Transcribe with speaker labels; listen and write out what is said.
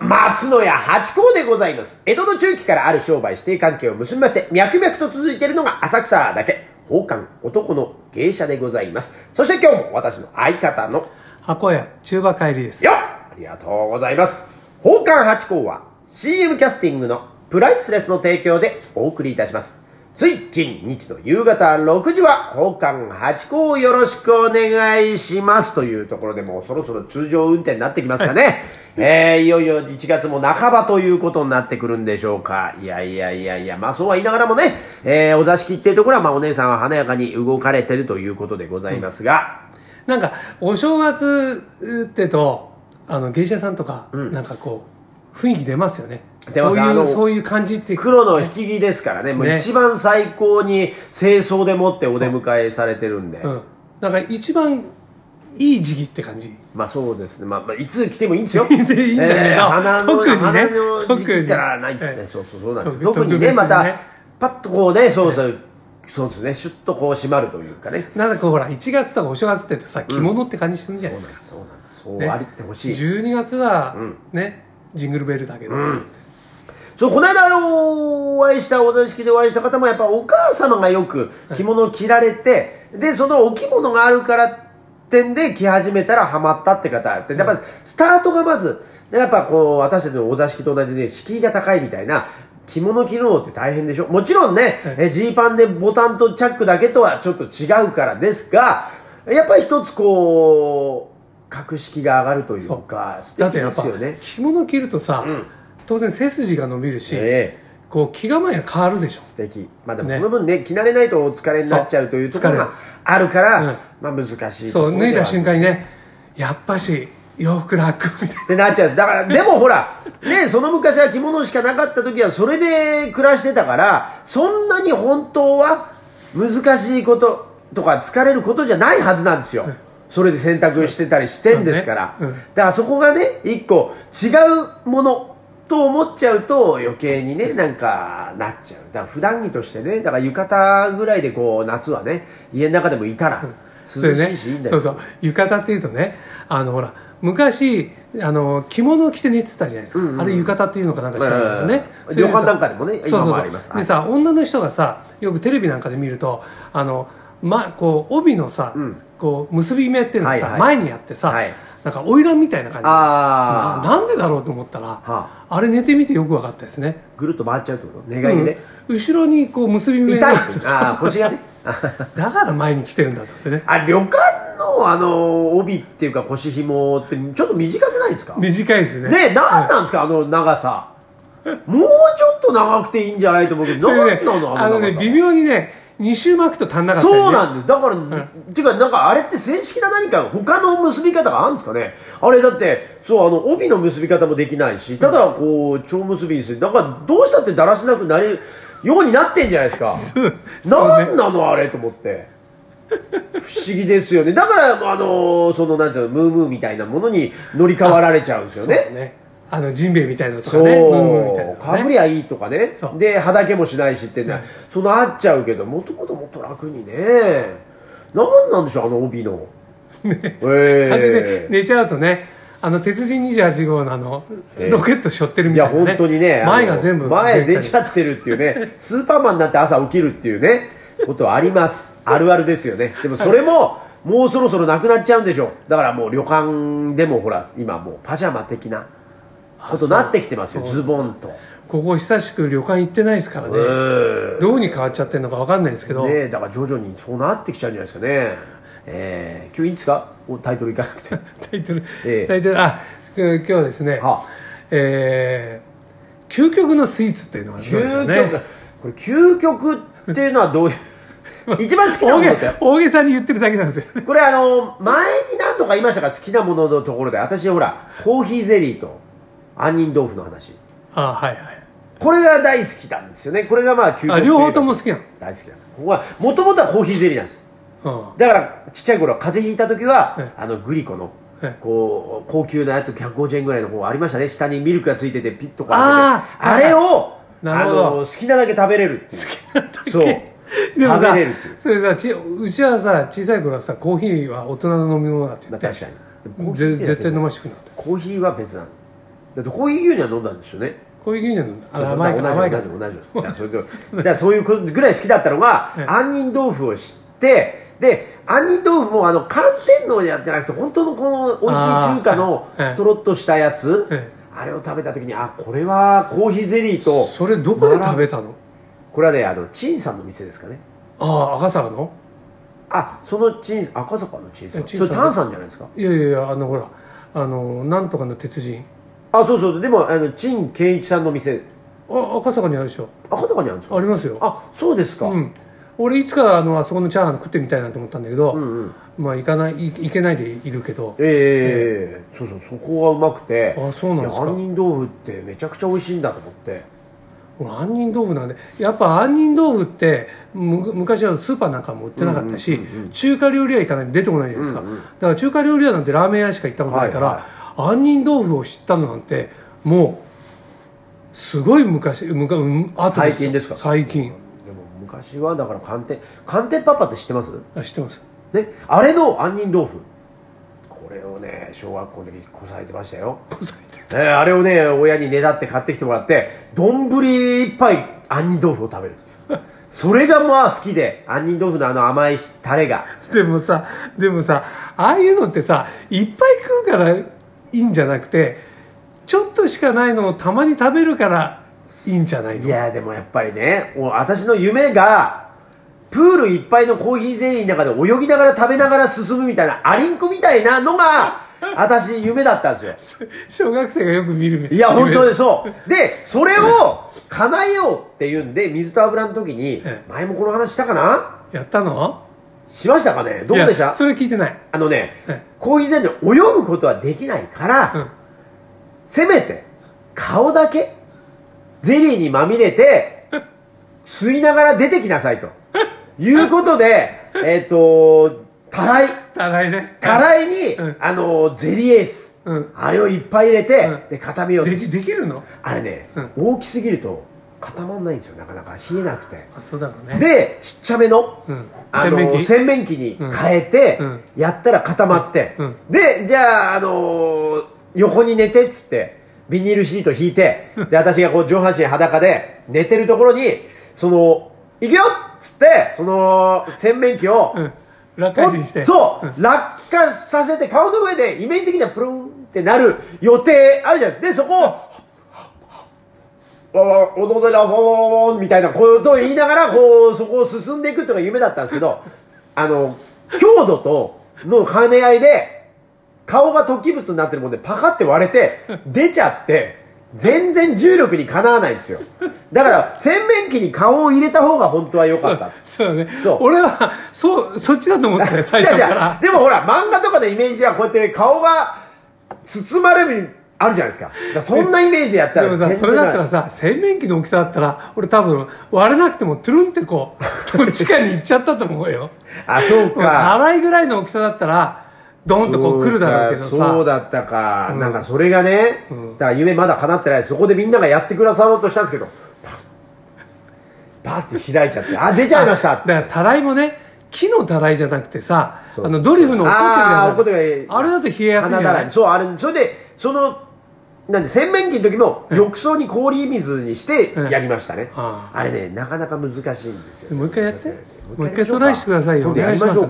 Speaker 1: 松野屋八甲でございます。江戸の中期からある商売指定関係を結びまして、脈々と続いているのが浅草だけ、宝冠男の芸者でございます。そして今日も私の相方の
Speaker 2: 箱屋中馬帰りです
Speaker 1: よっありがとうございます。宝冠八甲は CM キャスティングのプライスレスの提供でお送りいたします。つい近日の夕方6時は宝冠八甲をよろしくお願いしますというところでもうそろそろ通常運転になってきますかね。えー、いよいよ1月も半ばということになってくるんでしょうか。いやいやいやいや、まあそうは言いながらもね、えー、お座敷っていうところはまあお姉さんは華やかに動かれてるということでございますが、
Speaker 2: なんかお正月ってとあの芸者さんとか、なんかこう雰囲気出ますよね
Speaker 1: 出ます
Speaker 2: そう
Speaker 1: あ
Speaker 2: い
Speaker 1: の
Speaker 2: うそういう感じって
Speaker 1: 黒の引き木ですからね、もう
Speaker 2: ね
Speaker 1: 一番最高に清掃でもってお出迎えされてるんで。
Speaker 2: うんなんか一番いい時期って感じ
Speaker 1: まあそうですね。まあ、まあ、いつ来てもいいんですよ。
Speaker 2: いいんだけど
Speaker 1: えー花の、
Speaker 2: 特にね
Speaker 1: 花の時期ってのはないです
Speaker 2: 特に
Speaker 1: ね。
Speaker 2: ね
Speaker 1: そうそうそうなんです。
Speaker 2: 特
Speaker 1: 特にね、
Speaker 2: 特別にね
Speaker 1: また、パッとこうね、そうそう、そうですね、シュッとこう閉まるというかね。
Speaker 2: なんかこうほら1月とかお正月ってとさ着物って感じするんじゃ
Speaker 1: そ
Speaker 2: な
Speaker 1: う
Speaker 2: い
Speaker 1: なん
Speaker 2: です
Speaker 1: で
Speaker 2: か、
Speaker 1: す、そうなんです。そう
Speaker 2: ね
Speaker 1: ありってほしい。
Speaker 2: 12月は、ねジングルベルだけど、
Speaker 1: そう、この間、あのお会いした、お座敷でお会いした方も、やっぱお母様がよく着物を着られて、で、そのお着物があるからってんで着始めたらハマったって方って、やっぱスタートがまず、でやっぱこう、私たちのお座敷と同じで、敷居が高いみたいな、着物着るのって大変でしょもちろんね、えジーパンでボタンとチャックだけとはちょっと違うからですが、やっぱり一つこう、格式が上がるというか、素
Speaker 2: だっ
Speaker 1: 敵
Speaker 2: てや
Speaker 1: で
Speaker 2: っぱ
Speaker 1: すよね。
Speaker 2: 着物着るとさ、当然背筋が伸びるし、
Speaker 1: ええ
Speaker 2: こう気構えが変わるでしょ
Speaker 1: 素敵まあでも
Speaker 2: ね
Speaker 1: その分ね着慣れないとお疲れになっちゃうというところ
Speaker 2: そ
Speaker 1: が
Speaker 2: う疲
Speaker 1: あるから、
Speaker 2: うん
Speaker 1: まあ難しいとこ
Speaker 2: そ
Speaker 1: ろ
Speaker 2: う
Speaker 1: では
Speaker 2: 脱いだ瞬間にねやっぱし洋服楽みたい
Speaker 1: ってなっちゃうだからでもほらねその昔は着物しかなかった時はそれで暮らしてたからそんなに本当は難しいこととか疲れることじゃないはずなんですよ、それで洗濯してたりしてんですから、
Speaker 2: そうねうん
Speaker 1: だからそこがね一個違うものと思っちゃうと余計にねなんかなっちゃうだから普段着としてねだから浴衣ぐらいでこう夏はね家の中でもいたら
Speaker 2: それ
Speaker 1: 涼
Speaker 2: で
Speaker 1: し
Speaker 2: ね
Speaker 1: いしいいんだ
Speaker 2: そ
Speaker 1: よ、
Speaker 2: うそう浴衣っていうとねあのほら昔あの着物を着て寝てたじゃないですか、あれ浴衣っていうのかなんか知らないけどね、
Speaker 1: うん
Speaker 2: それでさ
Speaker 1: 旅館なんかでもね
Speaker 2: そうそう
Speaker 1: 今
Speaker 2: そう
Speaker 1: もあります
Speaker 2: でさ女の人がさよくテレビなんかで見るとあの、ま、こう帯のさ、
Speaker 1: ん
Speaker 2: こう結び目っていうのをさ、
Speaker 1: はいはい
Speaker 2: 前にやってさ、
Speaker 1: はい
Speaker 2: なんか花魁みたいな感じ
Speaker 1: あ
Speaker 2: な
Speaker 1: あ
Speaker 2: なんでだろうと思ったら、
Speaker 1: あ
Speaker 2: あれ寝てみてよく分かったですね
Speaker 1: ぐるっと回っちゃうってこと寝返りで、
Speaker 2: うん後ろにこう結び目
Speaker 1: 痛い
Speaker 2: がそうそう
Speaker 1: あー腰がね
Speaker 2: だから前に来てるんだってね
Speaker 1: あ旅館のあの帯っていうか腰紐ってちょっと短くないですかね
Speaker 2: 短いですね
Speaker 1: え何なんですか、あの長さもうちょっと長くていいんじゃないと思うけど
Speaker 2: それ
Speaker 1: 何
Speaker 2: で
Speaker 1: なの
Speaker 2: あ
Speaker 1: の
Speaker 2: の
Speaker 1: 長
Speaker 2: ね
Speaker 1: さ
Speaker 2: 微妙にね二周巻くと足んなかったりね
Speaker 1: そうなんだよだから、っていうかなんかあれって正式な何か他の結び方があるんですかねあれだってそうあの帯の結び方もできないしただこう蝶結びにするだからどうしたってだらしなくなるようになってんじゃないですか
Speaker 2: う そうね
Speaker 1: 何なのあれと思って不思議ですよねだからあのそのなんていうのムームーみたいなものに乗り換わられちゃうんですよ
Speaker 2: そう
Speaker 1: ね
Speaker 2: ねあのジンベエみたいなのと
Speaker 1: そう、
Speaker 2: かねムームーみたいなの
Speaker 1: か
Speaker 2: ね
Speaker 1: ぶりゃいいとかね
Speaker 2: そう
Speaker 1: で肌毛もしないしってね、そのあっちゃうけどもともともっと楽にねなんなんでしょうあの帯のね
Speaker 2: あれでね
Speaker 1: ええ
Speaker 2: 寝ちゃうとねあの鉄人28号のあの
Speaker 1: ええ
Speaker 2: ロケット背負ってる
Speaker 1: い
Speaker 2: みた
Speaker 1: や
Speaker 2: いな、ね、
Speaker 1: 本当にねあの
Speaker 2: 前が全部
Speaker 1: 前出ちゃ
Speaker 2: う
Speaker 1: ってるっていうねスーパーマンになって朝起きるっていうねことはありますあるあるですよねでもそれももうそろそろなくなっちゃうんでしょうだからもう旅館でもほら今もうパジャマ的なことになってきてますよズボンと
Speaker 2: ここ久しく旅館行ってないですからね
Speaker 1: うん
Speaker 2: どうに変わっちゃってるのか分かんないですけど、
Speaker 1: ねえだから徐々にそうなってきちゃうんじゃないですかねえー、今日いいんですかおタイトルいかな くて
Speaker 2: タイトル、
Speaker 1: ええ
Speaker 2: タイトルあえー今日はですね、
Speaker 1: はあ
Speaker 2: えー究極のスイーツっていうのがあるんで
Speaker 1: 究極、
Speaker 2: すよね
Speaker 1: これ究極っていうのはどういう 一番好きな
Speaker 2: 大
Speaker 1: ものっ
Speaker 2: げ
Speaker 1: て
Speaker 2: 大げさに言ってるだけなんで すよね
Speaker 1: これあの前に何度か言いましたが好きなもののところで私ほらコーヒーゼリーと杏仁豆腐の話
Speaker 2: あはいはい
Speaker 1: これが大好きなんですよねこれがまあ究極
Speaker 2: あ両方とも好きなの
Speaker 1: 大好きなんですここはもともとはコーヒーゼリーなんです
Speaker 2: うん
Speaker 1: だからちっちゃい頃風邪ひいた時は、
Speaker 2: ええ
Speaker 1: あのグリコの
Speaker 2: ええ
Speaker 1: こう高級なやつ150円ぐらいの方ありましたね下にミルクがついててピッとこう
Speaker 2: あー
Speaker 1: 開けてあれを
Speaker 2: な
Speaker 1: あ
Speaker 2: るほど
Speaker 1: の好きなだけ食べれるっていうそう
Speaker 2: でも
Speaker 1: 食
Speaker 2: さ
Speaker 1: べれるっていう、
Speaker 2: それさちうちはさ小さい頃はさコーヒーは大人の飲み物だって
Speaker 1: ま
Speaker 2: 言
Speaker 1: あ、
Speaker 2: って
Speaker 1: 確かにでもコーヒー
Speaker 2: ぜ
Speaker 1: は
Speaker 2: 絶対
Speaker 1: 別
Speaker 2: 飲
Speaker 1: なの
Speaker 2: ましくなかっ
Speaker 1: コーヒーは別なのだってコーヒー牛乳は飲んだんですよね
Speaker 2: こういう牛乳なんだ
Speaker 1: そうそう
Speaker 2: 甘いから甘いか
Speaker 1: 同
Speaker 2: ら
Speaker 1: じ同じ同じだからそれでだからそういうぐらい好きだったのが
Speaker 2: ええ
Speaker 1: 杏仁豆腐を知ってで杏仁豆腐もあの寒天のやつじゃなくて本当のこの美味しい中華の
Speaker 2: あーええ
Speaker 1: とろっとしたやつ
Speaker 2: え
Speaker 1: あれを食べた時にあこれはコーヒーゼリーと
Speaker 2: それどこで食べたの
Speaker 1: これはねあの陳さんの店ですかね
Speaker 2: ああ赤坂の
Speaker 1: あその陳赤坂の陳さん
Speaker 2: え
Speaker 1: それ
Speaker 2: 陳さん
Speaker 1: 丹さんじゃないですか
Speaker 2: いやいやいやあのほらあのなんとかの鉄人
Speaker 1: あそうそうでもあの陳健一さんの店
Speaker 2: あ赤坂にあるでしょ
Speaker 1: 赤坂にあるんです
Speaker 2: あ
Speaker 1: か
Speaker 2: りますよ
Speaker 1: あそうですか、
Speaker 2: うん俺いつかあのあそこのチャーハン食ってみたいなと思ったんだけど、
Speaker 1: うんうん
Speaker 2: まあ行かないい行けないでいるけど
Speaker 1: ええそうそうそこがうまくて
Speaker 2: あそうなんですか
Speaker 1: いや杏仁豆腐ってめちゃくちゃ美味しいんだと思って
Speaker 2: 俺杏仁豆腐なんでやっぱ杏仁豆腐ってむ昔はスーパーなんかも売ってなかったし、
Speaker 1: うんうんうんうん
Speaker 2: 中華料理屋行かないと出てこないじゃないですか、
Speaker 1: うんうん
Speaker 2: だから中華料理屋なんてラーメン屋しか行ったことないから、
Speaker 1: はい
Speaker 2: 杏仁豆腐を知ったのなんてもうすごい昔むかうん後
Speaker 1: 最近ですか
Speaker 2: 最近
Speaker 1: でも昔はだから寒天寒天パパって知ってます
Speaker 2: あ知ってます
Speaker 1: ねあれの杏仁豆腐これをね小学校の時こさえてましたよ、
Speaker 2: 5歳で
Speaker 1: ね、あれをね親にねだって買ってきてもらって丼一杯杏仁豆腐を食べるそれがまあ好きで杏仁豆腐のあの甘いタレが
Speaker 2: でもさでもさああいうのってさいっぱい食うからいいんじゃなくてちょっとしかないのをたまに食べるからいいんじゃないの
Speaker 1: いやーでもやっぱりねお私の夢がプールいっぱいのコーヒーゼリーの中で泳ぎながら食べながら進むみたいなアリンコみたいなの が私夢だったんです
Speaker 2: 小学生がよく見る
Speaker 1: よいや本当にそうでそれを叶えようっていうんで水と油の時に
Speaker 2: ええ
Speaker 1: 前もこの話したかな
Speaker 2: やったの
Speaker 1: しましたかねどうでし
Speaker 2: いや
Speaker 1: た
Speaker 2: それ聞いてない、
Speaker 1: あのね
Speaker 2: え
Speaker 1: コーヒーゼリーで泳ぐことはできないから、
Speaker 2: うん、
Speaker 1: せめて、顔だけ、ゼリーにまみれ て、吸いながら出てきなさいと。いうこと で、えっ、と、たらい、
Speaker 2: たらいね
Speaker 1: たらいに、
Speaker 2: うん
Speaker 1: あの、ゼリーエース、
Speaker 2: うん
Speaker 1: あれをいっぱい入れて、
Speaker 2: うん
Speaker 1: で、固めようと
Speaker 2: できできるの
Speaker 1: あれね、
Speaker 2: うん
Speaker 1: 大きすぎると固まんないんですよ、なかなか。冷えなくて。
Speaker 2: あそうだろうね
Speaker 1: で、ちっちゃめの、
Speaker 2: うん
Speaker 1: あの
Speaker 2: 洗面器
Speaker 1: 洗面器に変えて、
Speaker 2: うん
Speaker 1: やったら固まって、
Speaker 2: うん
Speaker 1: でじゃあ、あのー横に寝てっつってビニールシート引いてで私がこう上半身裸で寝てるところにその「行くよ!」っつってその洗面器を、
Speaker 2: うん落下にして
Speaker 1: そう、
Speaker 2: ん
Speaker 1: 落下させて顔の上でイメージ的にはプルンってなる予定あるじゃないですかでそこを「わわおどでらほろろろ」みたいなことを言いながらこうそこを進んでいくっていうのが夢だったんですけどあの強度との兼ね合いで顔が突起物になってるもんでパカって割れて出ちゃって全然重力にかなわないんですよだから洗面器に顔を入れた方が本当は良かった
Speaker 2: そうだね
Speaker 1: そう
Speaker 2: 俺はそうそっちだと思ってたよ最 初
Speaker 1: じゃ
Speaker 2: か
Speaker 1: じゃ
Speaker 2: ら
Speaker 1: でもほら漫画とかのイメージはこうやって顔が包まれるあるじゃないですかだからそんなイメージでやった
Speaker 2: で
Speaker 1: ら
Speaker 2: もさ
Speaker 1: 全然
Speaker 2: それだったらさ洗面器の大きさだったら俺多分割れなくてもトゥルンってこ うどっちかに行っちゃったと思うよ
Speaker 1: あそう
Speaker 2: た
Speaker 1: から
Speaker 2: いぐらいの大きさだったらドンとこう来るだろうけど
Speaker 1: そうかそう
Speaker 2: さ
Speaker 1: だったか、
Speaker 2: うん
Speaker 1: なんかそれがね、だから夢まだ叶ってないそこでみんながやってくださろうとしたんですけどパッパッて開いちゃってあ出ちゃいましたっ
Speaker 2: だ
Speaker 1: つっ
Speaker 2: か
Speaker 1: て
Speaker 2: らたらいもね木のたらいじゃなくてさ
Speaker 1: そう
Speaker 2: あのドリフの怒ってる
Speaker 1: あー怒って
Speaker 2: やつあれだと冷えやすいんじゃ
Speaker 1: 花だ
Speaker 2: な
Speaker 1: ら
Speaker 2: い
Speaker 1: いそうあれそれでそのなんで洗面器の時も浴槽に氷水にしてやりましたね、
Speaker 2: あ
Speaker 1: あれねなかなか難しいんですよ、ね、
Speaker 2: もう一回やって
Speaker 1: もう一回
Speaker 2: もう
Speaker 1: やりま
Speaker 2: 一
Speaker 1: しょうか
Speaker 2: 回トライしてくださいよ
Speaker 1: 今
Speaker 2: お
Speaker 1: 度や
Speaker 2: 願い
Speaker 1: り
Speaker 2: し
Speaker 1: ま
Speaker 2: ま
Speaker 1: し
Speaker 2: す
Speaker 1: ょう